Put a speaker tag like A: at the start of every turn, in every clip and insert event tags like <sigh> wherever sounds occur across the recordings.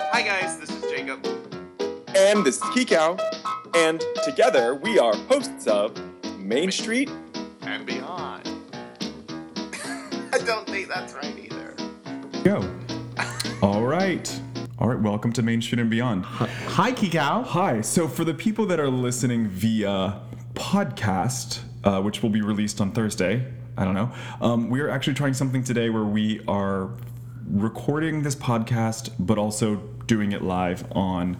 A: Hi guys, this is Jacob.
B: And this is Kikau. And together we are hosts of Main Street.
A: And beyond. <laughs> I don't think that's right either.
C: Go. All right. All right, welcome to Main Street and Beyond.
D: Hi, Kikau.
C: Hi. So, for the people that are listening via podcast, uh, which will be released on Thursday, I don't know, um, we are actually trying something today where we are recording this podcast, but also doing it live on uh,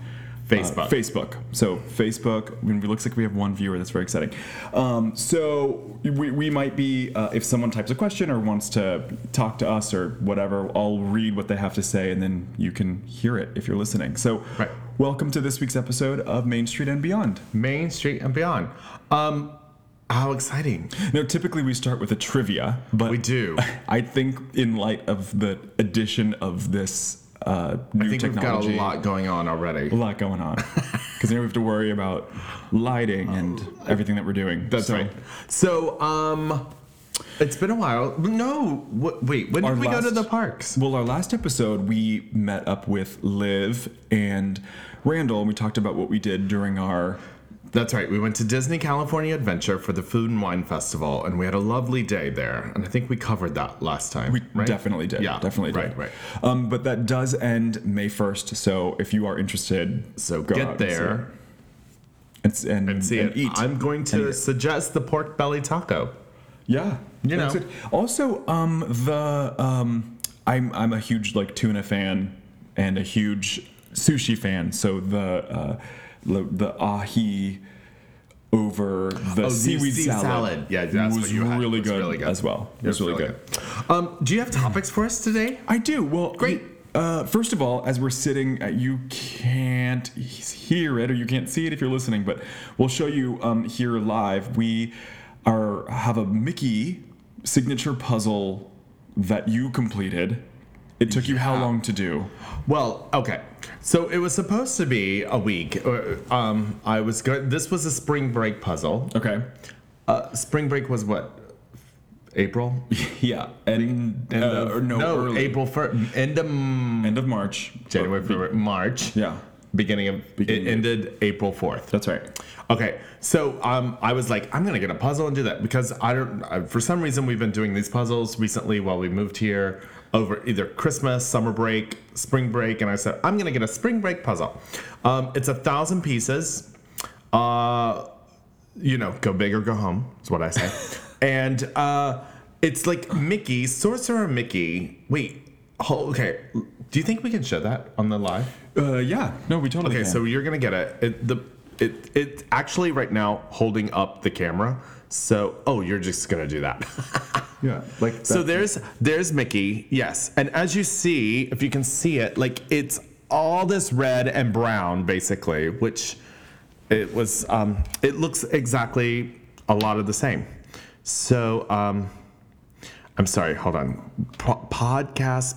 D: Facebook.
C: Facebook. So, Facebook, I mean, it looks like we have one viewer. That's very exciting. Um, so, we, we might be, uh, if someone types a question or wants to talk to us or whatever, I'll read what they have to say and then you can hear it if you're listening. So,
D: Right.
C: welcome to this week's episode of Main Street and Beyond.
D: Main Street and beyond. Um, how exciting.
C: Now, typically we start with a trivia, but
D: We do.
C: I think, in light of the addition of this uh, new
D: I think we've got
C: technology,
D: a lot going on already.
C: a lot
D: <laughs>
C: going on. Because now we have to worry about lighting and everything that we're doing.
D: Oh. That's
C: So,
D: right. So, um, it's been a while. No, wh- wait. When
C: Our
D: did we go to
C: last-
D: the parks?
C: Well, our last episode, we met up with Liv and Randall, and we talked about what we did during our.
D: That's right. We went to Disney California Adventure for the Food and Wine Festival, and we had a lovely day there. And I think we covered that last time.
C: We
D: right?
C: definitely did.
D: Yeah,
C: definitely did.
D: right, right.
C: Um, but that does end May first, so if you are interested,
D: So
C: go
D: get
C: out and see
D: there.
C: it. and s- and,
D: and see
C: and
D: it.
C: eat.
D: I'm going
C: And
D: to
C: eat.
D: suggest the pork belly taco.
C: Yeah,
D: You
C: that's
D: know.
C: it. Also, um, the um, I'm I'm a huge like tuna fan and a huge sushi fan. So the uh, the, the ahi over the
D: Oh, the
C: Oh, seaweed
D: sea
C: salad, Mm,
D: salad. Yeah, that's what
C: was
D: you had.
C: really
D: It was
C: good
D: really good.
C: as well. It was really good.
D: Um, do you have topics for us today?
C: I do. Well,
D: Great.
C: Uh, first of all, as we're sitting, uh, you can't hear it or you can't see it if you're listening, but we'll show you um, here live. We are have a Mickey signature puzzle that you completed. It took you how long to do?
D: Well, okay. So it was supposed to be a week. or, Um, I was good. This was a spring break puzzle.
C: Okay.
D: Uh, spring break was what? April?
C: <laughs> Yeah. And,
D: End
C: uh,
D: of-
C: or no, early.
D: April first. End of m-
C: End of March.
D: January,
C: Or-
D: February, March.
C: Yeah.
D: Beginning of.
C: Beginning
D: it
C: of-
D: ended April fourth.
C: That's right.
D: Okay, so um, I was like, I'm gonna get a puzzle and do that because I don't. I, for some reason, we've been doing these puzzles recently while we moved here over either Christmas, summer break, spring break, and I said I'm gonna get a spring break puzzle. Um, it's a thousand pieces. Uh, you know, go big or go home is what I say. and uh, it's like Mickey, Sorcerer Mickey. Wait, ho- okay. Do you think we can show that on the live?
C: Uh, yeah. No, we totally
D: Okay,
C: can.
D: so you're gonna get it. it the it it actually right now holding up the camera. So oh, you're just gonna do that. <laughs>
C: yeah, like
D: so
C: that.
D: there's there's Mickey. Yes, and as you see, if you can see it, like it's all this red and brown basically, which it was. Um, it looks exactly a lot of the same. So um, I'm sorry. Hold on. Po- podcast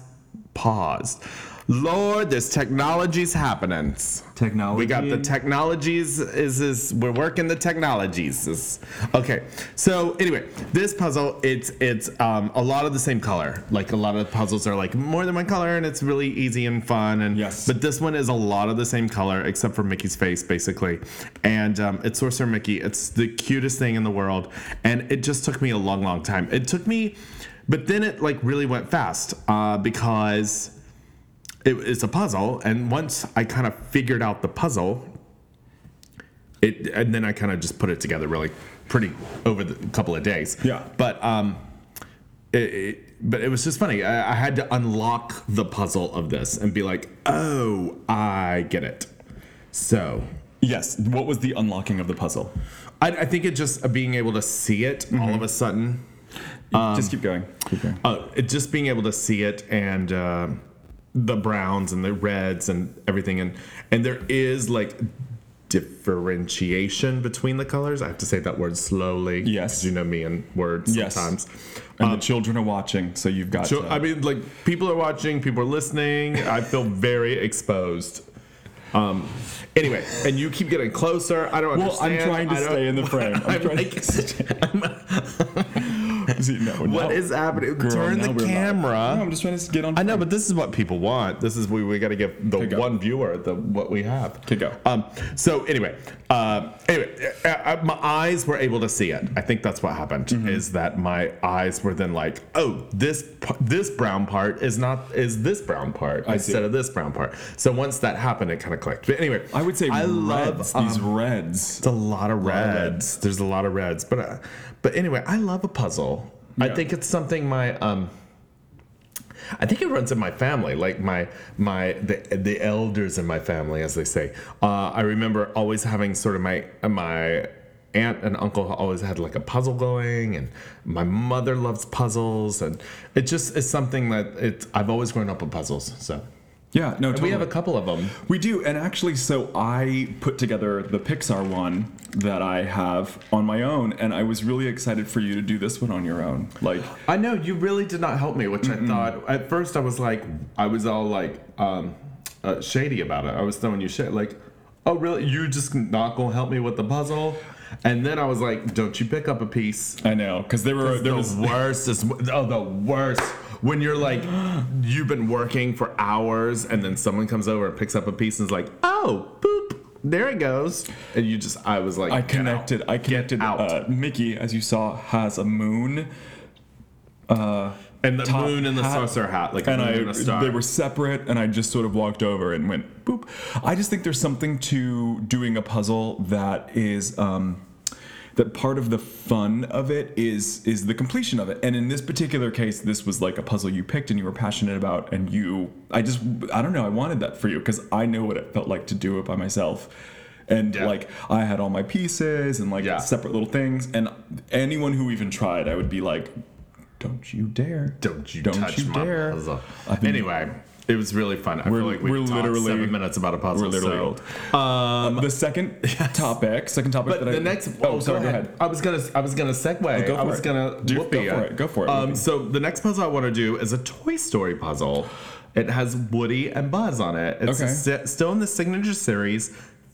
D: paused. Lord, this technology's happenings.
C: Technology.
D: We got the technologies. Is is we're working the technologies. Is, okay. So anyway, this puzzle it's it's um, a lot of the same color. Like a lot of puzzles are like more than one color, and it's really easy and fun. And
C: Yes.
D: but this one is a lot of the same color except for Mickey's face, basically. And um, it's Sorcerer Mickey. It's the cutest thing in the world, and it just took me a long, long time. It took me, but then it like really went fast uh, because it, it's a puzzle and once i kind of figured out the puzzle it and then i kind of just put it together really pretty over the couple of days
C: Yeah.
D: but um it, it, but it was just funny I, I had to unlock the puzzle of this and be like oh i get it so
C: yes. What was the unlocking of the puzzle?
D: i, I think it just uh, being able to see it all of a sudden
C: Just keep going. Um, Keep going.
D: Uh, it just being able to see it and uh, the browns and the reds and everything, and and there is like differentiation between the colors. I have to say that word slowly.
C: Yes.
D: 'cause you know me and words
C: Yes.
D: sometimes.
C: and the children are watching, so you've got.
D: Um, So
C: to-
D: I mean, like people are watching, people are listening. I feel very exposed. Um. Anyway, and you keep getting closer. I don't
C: well, I'm
D: understand. <laughs>
C: trying to
D: I don't-
C: <laughs> stay in the frame. I'm
D: I'm
C: trying
D: like,
C: to stay- <laughs> See, no,
D: What is happening?
C: Girl,
D: Turn
C: now
D: the
C: we're live.
D: camera.
C: No, I'm just trying to get on.
D: I know, but this is what people want. This is we we got to give the
C: go.
D: one viewer the what we have.
C: Okay, go.
D: Um. So anyway, uh, anyway, uh, uh, my eyes were able to see it. I think that's what happened.
C: Mm-hmm.
D: Is that my eyes were then like, oh, this p- this brown part is not is this brown part
C: I see.
D: instead of this brown part. So once that happened, it kind of clicked. But anyway,
C: I would say
D: I
C: reds.
D: love um,
C: these reds.
D: it's a lot of
C: of
D: reds. There's a lot of reds, but uh, but anyway, I love a puzzle. I
C: Yeah.
D: think it's something my um. I think it runs in my family, like my my the the elders in my family, as they say. Uh, I remember always having sort of my uh, my aunt and uncle always had like a puzzle going, and my mother loves puzzles, and it just is something that it's I've always grown up with puzzles. So
C: Yeah, no,
D: we
C: totally.
D: have a couple of them.
C: We do, and actually, so I put together the Pixar one that I have on my own, and I was really excited for you to do this one on your own. Like,
D: I know you really did not help me, which I thought at first I was like, I was all like um, uh, shady about it. I was throwing you shit, like, oh really? You just not gonna help me with the puzzle? And then I was like, don't you pick up a piece?
C: I know because there were there
D: the
C: was
D: worst is oh the worst when you're like you've been working for hours and then someone comes over and picks up a piece and is like oh boop there it goes and you just I was like
C: I
D: "Get out."
C: connected. I connected.
D: out.
C: Uh, Mickey, as you saw, has a moon,
D: and the
C: top
D: moon and the
C: hat,
D: saucer hat like
C: and
D: a moon
C: I
D: and a star.
C: they were separate, and I just sort of walked over and went boop. I just think there's something to doing a puzzle that is. Um, that part of the fun of it is is the completion of it and in this particular case this was like a puzzle you picked and you were passionate about and you i just i don't know i wanted that for you because i know what it felt like to do it by myself and
D: Yeah.
C: like i had all my pieces and like
D: Yeah.
C: separate little things and anyone who even tried i would be like don't you dare
D: Don't you touch my puzzle.
C: I've been-
D: anyway, it was really fun. I
C: We're-
D: feel like we
C: we're
D: talked
C: literally-
D: seven minutes about a puzzle.
C: we're literally
D: so- uh,
C: old.
D: <laughs>
C: the second topic second topic
D: But
C: that
D: the
C: I,
D: next, oh,
C: oh sorry go ahead,
D: I was gonna, I was gonna segue.
C: go
D: I
C: for
D: was
C: it.
D: gonna
C: Do-
D: whoopee
C: go for it, go for it,
D: Um,
C: whoopee.
D: so the next puzzle I want to do is a Toy Story puzzle. It has Woody and Buzz on it. It's
C: Okay.
D: sti- still in the signature series,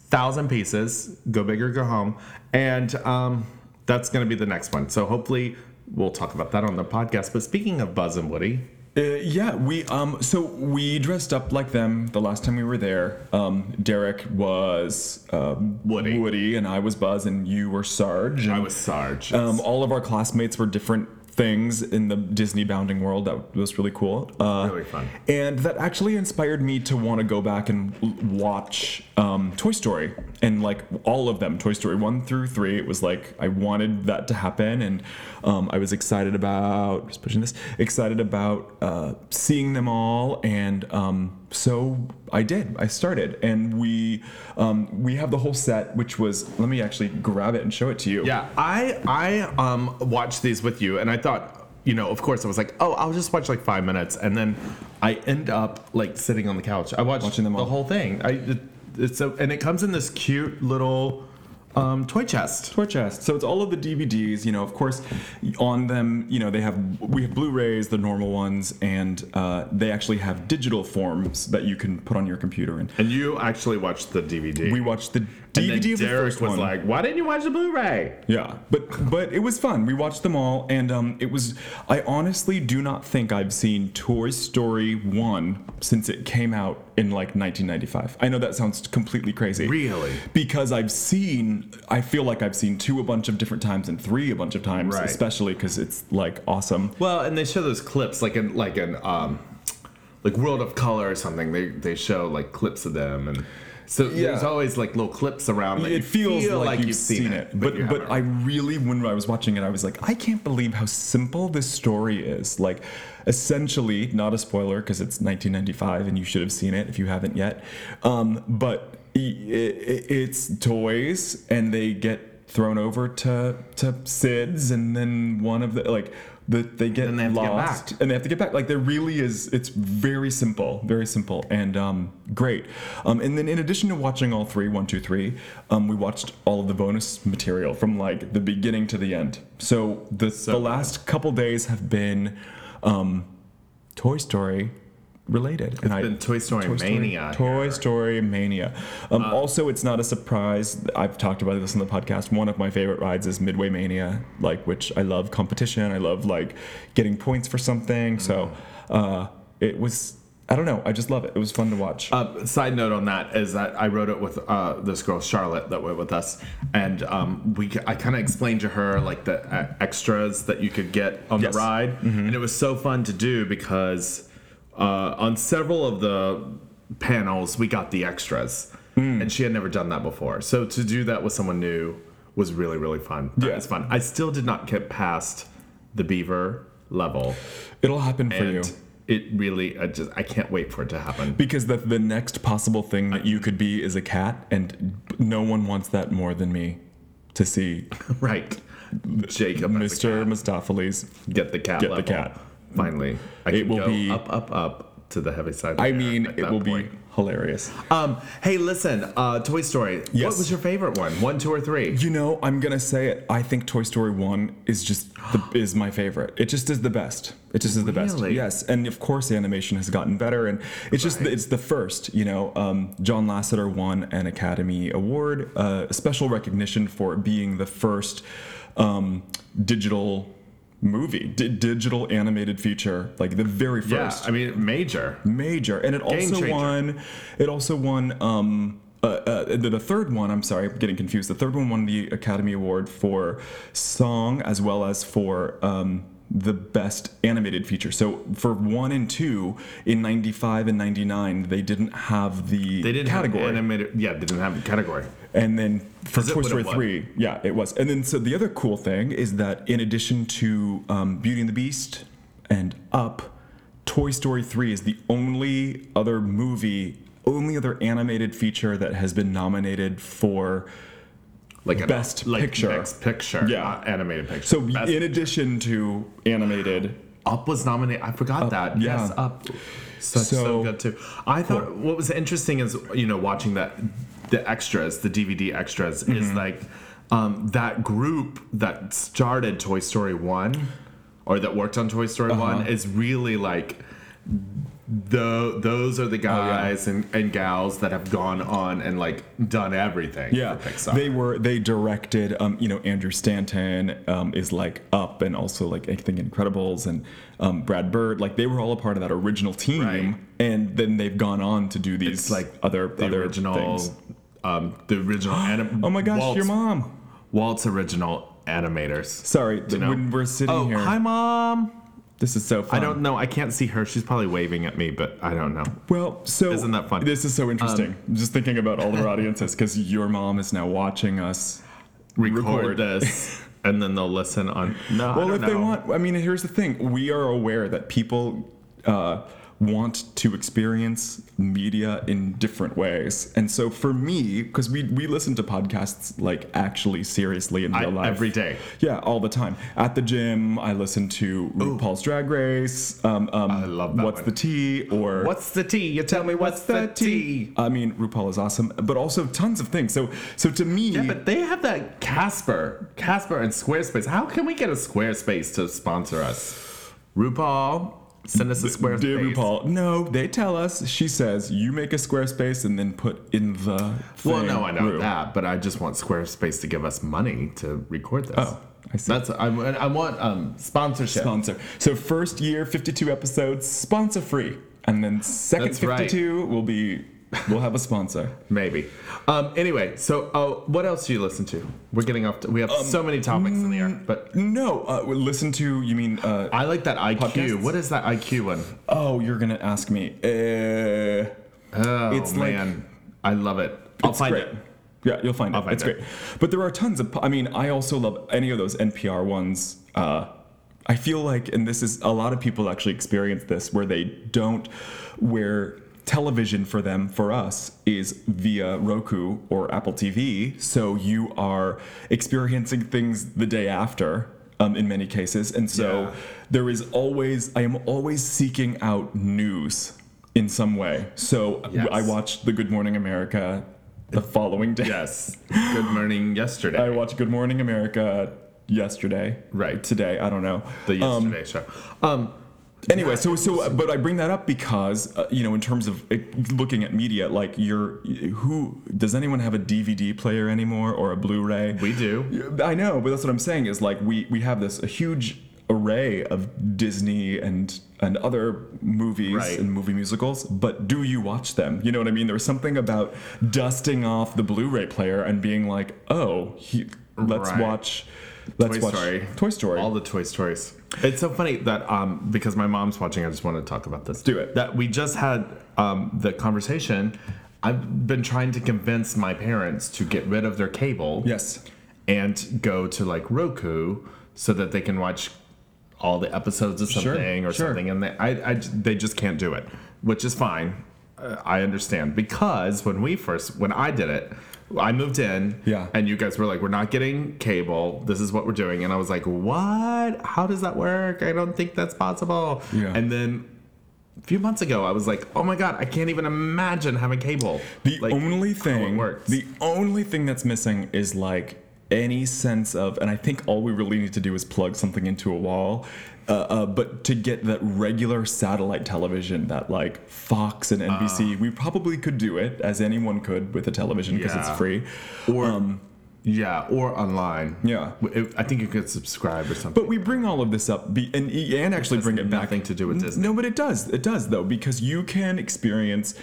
D: thousand pieces. Go big or go home. And um, that's gonna be the next one. So hopefully we'll talk about that on the podcast. But speaking of Buzz and Woody,
C: Uh, yeah, we um so we dressed up like them the last time we were there. Um, Derek was um,
D: Woody.
C: Woody, and I was Buzz, and you were Sarge. and,
D: I was Sarge.
C: Um, all of our classmates were different things in the Disney bounding world. That was really cool. Uh,
D: Really fun.
C: And that actually inspired me to want to go back and l- watch um, Toy Story and like all of them, Toy Story one through three. It was like I wanted that to happen, and um, I was excited about just pushing this. Excited about uh, seeing them all, and um, so I did. I started, and we um, we have the whole set, which was let me actually grab it and show it to you.
D: Yeah, I I um watched these with you, and I thought, you know, of course, I was like, oh, I'll just watch like five minutes, and then I end up like sitting on the couch. I watched
C: Watching them all.
D: the whole thing. I it, it's so, and it comes in this cute little um toy chest.
C: Tour chest. So it's all of the DVDs. You know, of course, on them, you know, they have we have Blu-rays, the normal ones, and uh, they actually have digital forms that you can put on your computer. And
D: And you actually watched the DVD.
C: we watched the
D: and
C: DVD
D: then
C: of the
D: Derek
C: first
D: was
C: one.
D: like, why didn't you watch the Blu-ray?
C: yeah, but but it was fun. We watched them all, and um, it was. I honestly do not think I've seen Toy Story one since it came out in like 1995. I know that sounds completely crazy.
D: Really?
C: Because I've seen, I feel like I've seen two a bunch of different times and three a bunch of times,
D: Right.
C: especially because it's like awesome.
D: Well, and they show those clips like in like an um like World of Color or something. They they show like clips of them and so there's
C: Yeah.
D: always like little clips around. that you
C: It feels
D: feel
C: like, you've, seen, it, but
D: you
C: but,
D: haven't.
C: I really, when I was watching it, I was like, I can't believe how simple this story is. Like, essentially, not a spoiler because it's 1995 and you should have seen it if you haven't yet. Um, but i- i i it's toys, and they get thrown over to to Sid's, and then one of the like. The, they get
D: Then they have to get
C: lost
D: back.
C: and they have to get back. Like there really is. It's very simple, very simple, and um, great. Um, and then in addition to watching all three, one, two, three, um, we watched all of the bonus material from like the beginning to the end. So the the last couple days have been um, Toy Story, related. and I,
D: been Toy Story Mania Uh,
C: Toy
D: here.
C: Story Mania. Um, also, it's not a surprise. I've talked about this in the podcast. One of my favorite rides is Midway Mania, like which I love competition. I love like getting points for something.
D: Mm.
C: So uh, it was. I don't know. I just love it. It was fun to watch.
D: Uh, side note on that is that I wrote it with uh, this girl Charlotte that went with us, and um, we I kind of explained to her like the uh, extras that you could get on
C: Yes. Mm-hmm.
D: the ride, and it was so fun to do because uh, on several of the panels we got the extras,
C: Mm.
D: and she had never done that before. So to do that with someone new was really really fun.
C: Yeah.
D: it was fun. I still did not get past the beaver level,
C: It'll happen for
D: and
C: you.
D: it really I just I can't wait for it to happen.
C: Because the, the next possible thing that you could be is a cat, and no one wants that more than me to
D: <laughs>
C: see
D: Right. Jacob, as a
C: Mr. Mistopheles.
D: cat. get the cat.
C: Get the
D: level.
C: cat.
D: Finally, I
C: It
D: can
C: will
D: go
C: be-
D: up, up, up to the heavy side. of
C: I
D: the air
C: mean,
D: at
C: it
D: that
C: will
D: point.
C: be hilarious.
D: Um, hey, listen, uh, Toy Story.
C: Yes.
D: What was your favorite one? One, two, or three?
C: You know, I'm gonna say it. I think Toy Story One is just
D: <gasps>
C: the, is my favorite. It just is the best. It just is the best.
D: Really?
C: Yes, and of course, animation has gotten better, and it's just it's the first. You know, um, John Lasseter won an Academy Award, uh, special recognition for being the first um, digital movie, di- digital animated feature, like the very first
D: Yeah, I mean, major.
C: major and it also
D: changer.
C: won it also won um uh, uh, the, the third one, I'm sorry, I'm getting confused. The third one won the Academy Award for song as well as for um, the best animated feature. So for one and two in '95 and '99, they didn't have the
D: They didn't
C: category
D: have an animated. Yeah, they didn't have a category.
C: and then for
D: Is it
C: Toy
D: what it
C: Story
D: was?
C: three, yeah, it was. And then so the other cool thing is that in addition to um, Beauty and the Beast and Up, Toy Story three is the only other movie, only other animated feature that has been nominated for.
D: Like an-
C: Best
D: like
C: picture.
D: Next picture.
C: Yeah.
D: uh, animated picture.
C: So
D: Best-
C: in addition to animated,
D: Up was nominated. I forgot that.
C: yeah.
D: Yes, Up. Such, so,
C: So-
D: good too. I thought what was interesting is you know watching that the extras, the DVD extras, is
C: Mm-hmm.
D: like um, that group that started Toy Story One, or that worked on Toy Story One,
C: Uh-huh.
D: is really like. Tho- those are the
C: Oh,
D: guys and, and gals that have gone on and like done everything
C: yeah,
D: for Pixar.
C: they were they directed. Um, you know, Andrew Stanton um, is like Up, and also like I think Incredibles and um, Brad Bird. Like they were all a part of that original team,
D: Right.
C: and then they've gone on to do
D: it's
C: these
D: like
C: other
D: the
C: other
D: original,
C: things.
D: um, the
C: <gasps>
D: original. anim-
C: Oh my gosh,
D: Walt's
C: your mom.
D: Walt's original animators.
C: Sorry, th-
D: know?
C: when we're sitting
D: Oh,
C: here,
D: hi, mom.
C: this is so fun.
D: I don't know. I can't see her. She's probably waving at me, but I don't know.
C: Well, so
D: Isn't that Um, fun?
C: This is so interesting. Just thinking about all our audiences because your mom is now watching us.
D: Record,
C: Record.
D: this, <laughs> and then they'll listen on. No, I
C: Well,
D: don't
C: if they
D: know.
C: want, I mean, here's the thing: we are aware that people uh, want to experience media in different ways, and so for me, because we we listen to podcasts like actually seriously in
D: I-
C: real life
D: every day.
C: Yeah, all the time. At the gym, I listen to RuPaul's Drag Race. Um, um, I
D: love that
C: What's
D: one.
C: the tea? Or
D: What's the tea? You tell me what's the tea.
C: I mean, RuPaul is awesome, but also tons of things. So, so to me,
D: Yeah, but they have that Casper, Casper, and Squarespace. How can we get a Squarespace to sponsor us? RuPaul, send us a Squarespace.
C: Dear RuPaul, no, they tell us. She says you make a Squarespace and then put in the.
D: Well,
C: thing
D: no, I know
C: Ru."
D: that, but I just want Squarespace to give us money to record this.
C: Oh, I see.
D: That's I, I want um, sponsorship.
C: Sponsor. So first year, fifty-two episodes, sponsor free, and then second
D: That's right.
C: fifty-two will be we'll have a sponsor.
D: Maybe. Um, anyway, so oh, what else do you listen to? We're getting off. To, we have so
C: Um,
D: many topics in the air, but
C: No, uh, well, listen to you mean. Uh,
D: I like that IQ.
C: Podcasts?
D: What is that IQ one?
C: oh, you're gonna ask me. Uh,
D: Oh
C: It's like-
D: man, I love it. I'll
C: It's
D: find
C: great.
D: it.
C: Yeah, you'll find it.
D: find
C: it's
D: it.
C: great. But there are tons of. I mean, I also love any of those NPR ones. Uh, I feel like, and this is a lot of people actually experience this, where they don't, where television for them, for us, is via Roku or Apple TV. So you are experiencing things the day after. Um, in many cases, and so
D: Yeah.
C: there is always I am always seeking out news in some way. So
D: Yes.
C: I watched The Good Morning America the following day.
D: Yes. Good morning. Yesterday.
C: <laughs> I watched Good Morning America yesterday.
D: Right.
C: Today, I don't know.
D: the
C: Um,
D: yesterday show. Um,
C: Anyway, so so, uh, but I bring that up because uh, you know, in terms of uh, looking at media, like you're who does anyone have a DVD player anymore or a Blu-ray?
D: We do.
C: I know, but that's what I'm saying is like we we have this huge array of Disney and and other movies
D: Right.
C: and movie musicals, but do you watch them? You know what I mean? There's something about dusting off the Blu-ray player and being like, oh, he, let's
D: Right.
C: watch. Let's
D: Toy
C: watch
D: Story.
C: Toy Story.
D: All the Toy Stories. It's so funny that um, because my mom's watching, I just want to talk about this.
C: Do it.
D: That we just had um, the conversation. I've been trying to convince my parents to get rid of their cable.
C: yes.
D: And go to like Roku so that they can watch all the episodes of
C: Sure,
D: something or
C: sure.
D: something, and they I, I j- they just can't do it, which is fine. Uh, I understand because when we first when I did it. I moved in,
C: Yeah.
D: and you guys were like, "We're not getting cable. This is what we're doing." And I was like, "What? How does that work? I don't think that's possible."
C: Yeah.
D: And then a few months ago, I was like, "Oh my god, I can't even imagine having cable."
C: The
D: Like,
C: only
D: how it
C: thing,
D: works.
C: the only thing that's missing is like any sense of, and I think all we really need to do is plug something into a wall. Uh, uh, but to get that regular satellite television that like Fox and NBC,
D: Ah.
C: we probably could do it as anyone could with a television because
D: Yeah.
C: it's free.
D: or yeah, or online.
C: Yeah.
D: W- I think you could subscribe or something.
C: But we bring all of this up be, and and actually
D: has
C: bring it back.
D: nothing to do with
C: N-
D: Disney.
C: No, but it does. It does though because you can experience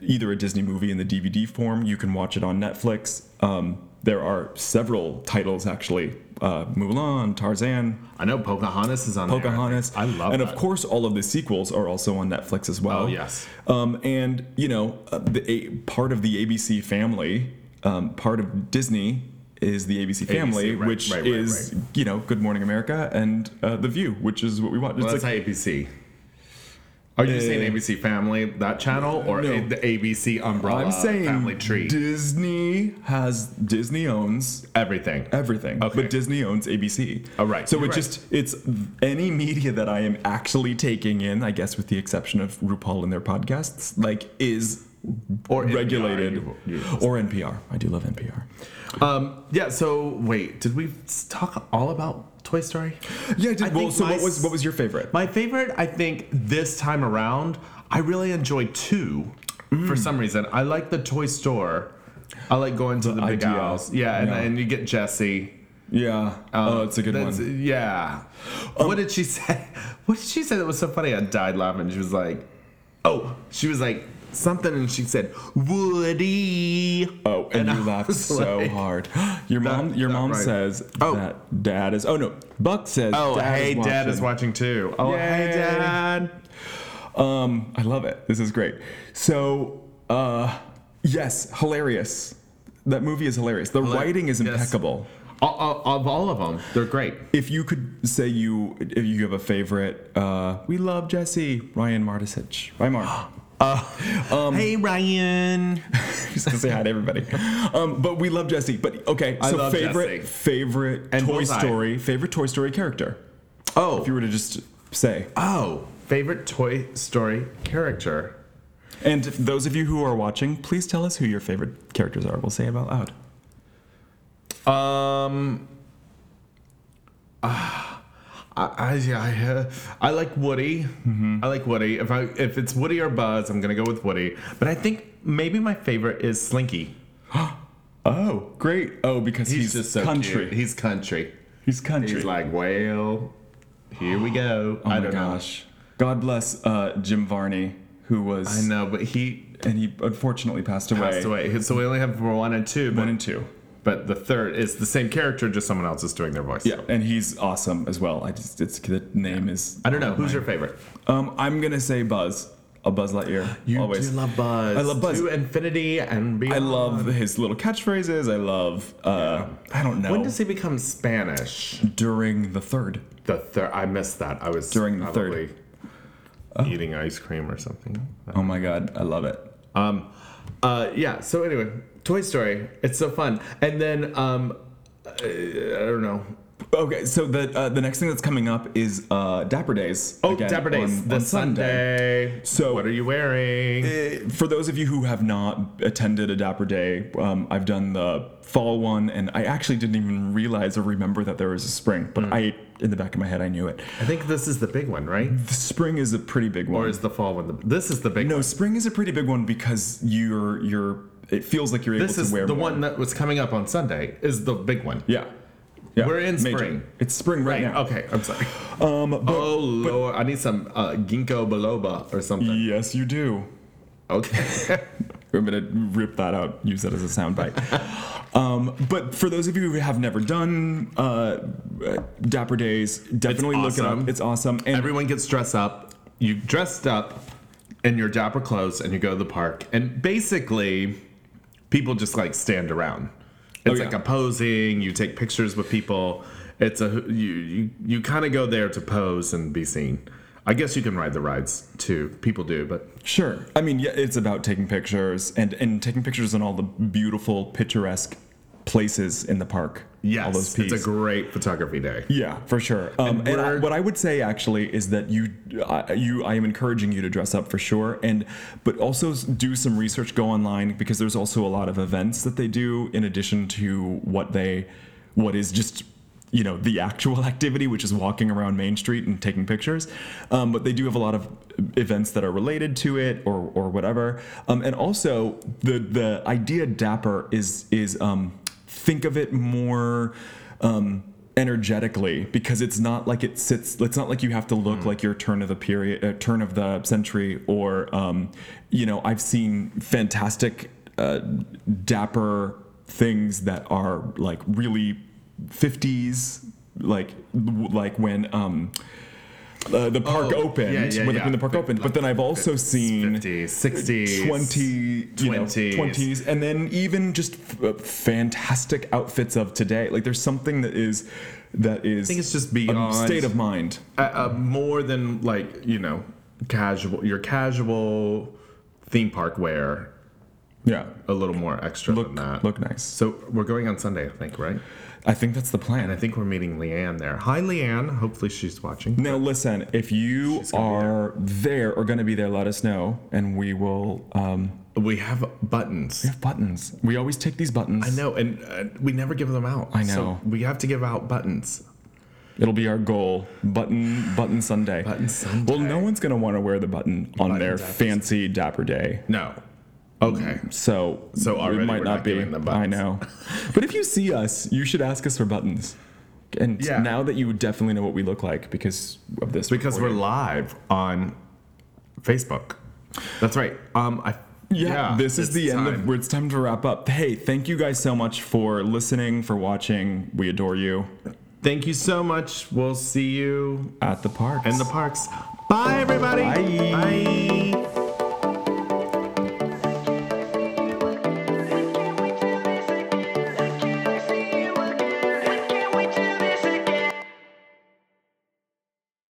C: either a Disney movie in the DVD form. You can watch it on Netflix. Um, there are several titles actually: uh, Mulan, Tarzan,
D: I know Pocahontas is on there.
C: Pocahontas.
D: I love
C: And
D: that.
C: of course, all of the sequels are also on Netflix as well.
D: Oh, yes.
C: Um, and you know, uh, the a, part of the ABC family, um, part of Disney is the ABC family,
D: right,
C: which
D: right, right,
C: is you know Good Morning America and uh, The View, which is what we watch. It's
D: Well,
C: like- Uh,
D: that's not ABC. Are you saying ABC Family that channel or
C: No.
D: a- the ABC umbrella?
C: I'm saying
D: Uh, Family Tree.
C: Disney has Disney owns
D: everything.
C: everything,
D: Okay.
C: but Disney owns ABC.
D: Oh, right.
C: So
D: You're
C: it
D: right.
C: just it's any media that I am actually taking in, I guess, with the exception of RuPaul and their podcasts, like is
D: Or NPR,
C: regulated
D: you- you-
C: or NPR. I do love NPR.
D: Um, yeah. So wait, did we s- talk all about Toy Story?
C: Yeah. I did,
D: I
C: well,
D: think
C: so
D: my
C: what was
D: s-
C: what was your favorite?
D: My favorite, I think, this time around, I really enjoyed two. For some reason, I like the toy store. I like going to the, big
C: idea.
D: house. Yeah, and,
C: Yeah.
D: and you get Jesse.
C: yeah. oh, it's a good
D: Um, That's-
C: one. Um,
D: Yeah. what did she say? <laughs> What did she say that was so funny? I died laughing. She was like, "Oh," she was like something, and she said, "Woody."
C: Oh, and,
D: and I <laughs>
C: you laughed
D: was
C: so
D: like-
C: hard. <gasps> Your mom, your
D: that
C: mom
D: right.
C: says
D: Oh.
C: that dad is. Oh no, Buck says.
D: Oh,
C: dad
D: hey,
C: is
D: Dad is
C: watching.
D: watching too. Oh, hey,
C: Yay.
D: Dad.
C: Um, I love it. This is great. So, uh, yes, hilarious. That movie is hilarious. The writing is
D: yes.
C: impeccable.
D: All, all- of all of them, they're great.
C: If you could say you if you have a favorite, uh, we love Jesse Ryan Martisich. Ryan Mart.
D: <gasps>
C: <laughs>
D: Uh, hey, Ryan.
C: He's gonna say hi to everybody. Um, but we love Jesse. But okay, so
D: love
C: favorite
D: Jesse.
C: favorite
D: And
C: Toy
D: Bullseye.
C: Story favorite Toy Story character.
D: Oh,
C: If you were to just say,
D: oh, favorite Toy Story character.
C: and if those of you who are watching, please tell us who your favorite characters are. We'll say it out loud.
D: Um. ah, I, I, yeah, I, uh, I like Woody. I like Woody. If I if it's Woody or Buzz, I'm gonna go with Woody. But I think maybe my favorite is Slinky.
C: Oh, great! Oh, because he's, country.
D: cute. He's country.
C: He's country.
D: He's like, well, here we go.
C: oh
D: I
C: my
D: don't
C: gosh. God bless uh, Jim Varney, who was,
D: know. I know, but he
C: and he unfortunately passed away.
D: passed away. So we only have one and two. But,
C: One and two.
D: but the third is the same character, just someone else is doing their voice.
C: Yeah, and he's awesome as well. I just, it's the name is.
D: I don't know. Who's your favorite?
C: Um, I'm gonna say Buzz. A Buzz Lightyear.
D: You
C: always.
D: do love Buzz.
C: I love Buzz.
D: To infinity and beyond.
C: I love his little catchphrases. I love. Uh, I don't know.
D: When does he become Spanish?
C: During the third.
D: The third. I missed that. I was
C: During the third.
D: probably eating ice cream or something.
C: Oh my God, I love it.
D: Um, uh, yeah. So anyway, Toy Story. It's so fun. And then um, uh, I don't know.
C: Okay, so the uh, the next thing that's coming up is uh, Dapper Days.
D: Oh,
C: again
D: Dapper Days,
C: on-
D: the
C: on
D: Sunday.
C: So-
D: what are you wearing?
C: Uh, For those of you who have not attended a Dapper Day, um, I've done the fall one, and I actually didn't even realize or remember that there was a spring.
D: Hmm.
C: But I, in the back of my head, I knew it.
D: I think this is the big one, right?
C: The spring is a pretty big one.
D: Or is the fall one? The, this is the big.
C: no,
D: one.
C: spring is a pretty big one because you're you're. It feels like you're able
D: This
C: to
D: is
C: wear
D: the
C: more.
D: one that was coming up on Sunday. Is the big one?
C: Yeah. yeah,
D: We're in
C: Major.
D: spring.
C: It's spring right, now.
D: Okay, I'm sorry. Um, oh lord, I need some uh, ginkgo biloba or something.
C: Yes, you do.
D: Okay. <laughs>
C: I'm gonna rip that out, use that as a soundbite. um, but for those of you who have never done uh, uh, Dapper Days, definitely look it
D: awesome.
C: up. It's awesome. And
D: Everyone gets dressed up. You dressed up in your dapper clothes and you go to the park. And basically, people just like stand around. It's
C: yeah.
D: like a posing. You take pictures with people. It's a you you, you kind of go there to pose and be seen. I guess you can ride the rides too. People do, but
C: sure, I mean, yeah, it's about taking pictures and and taking pictures in all the beautiful, picturesque places in the park.
D: yes,
C: all those
D: it's a
C: peas.
D: great photography day.
C: Yeah, for sure. Um, and I-
D: we're-
C: what I would say actually is that you, I you, I am encouraging you to dress up for sure, and but also s- do some research, go online because there's also a lot of events that they do in addition to what they, what is just. You know the actual <laughs> activity, which is walking around Main Street and taking pictures, um, but they do have a lot of events that are related to it or or whatever. Um, and also the the idea dapper is is um, think of it more um, energetically because it's not like it sits. It's not like you have to look
D: Hmm.
C: like your turn of the period, uh, turn of the century, or um, you know, I've seen fantastic, uh, dapper things that are like really fifties, like like when. Um, uh, the park
D: Oh,
C: opened
D: yeah, yeah,
C: when,
D: yeah.
C: The, when the park opened but then i've also seen
D: 50s, 60s,
C: 20 you know,
D: 20s.
C: 20s and then even just f- uh, fantastic outfits of today like there's something that is that is
D: think it's just
C: a
D: beyond-
C: state of mind
D: uh, uh, more than like you know casual your casual theme park wear
C: yeah
D: a little more extra
C: look
D: than that
C: look nice
D: so we're going on sunday i think right
C: i think that's the plan
D: and i think we're meeting leanne there hi leanne hopefully she's watching
C: now listen if you are there or going to be there let us know and we will um
D: we have buttons
C: we have buttons we always take these buttons
D: i know and uh, we never give them out
C: I
D: So
C: know.
D: we have to give out buttons
C: it'll be our goal button button sunday
D: Button Sunday.
C: well no one's going to want to wear the button on their
D: dappers.
C: fancy dapper day
D: no okay
C: So
D: So already
C: it might
D: we're
C: not,
D: not
C: be.
D: giving them
C: I
D: buttons.
C: know, <laughs> but if you see us, you should ask us for buttons. And
D: Yeah.
C: now that you definitely know what we look like because of this,
D: because we're live on facebook that's right um i
C: yeah, this is
D: it's
C: the end
D: time.
C: of. where It's time to wrap up. Hey, thank you guys so much for listening, for watching. We adore you
D: Thank you so much. We'll see you
C: at the park.
D: in the parks. Bye, everybody.
C: Bye.
D: Bye.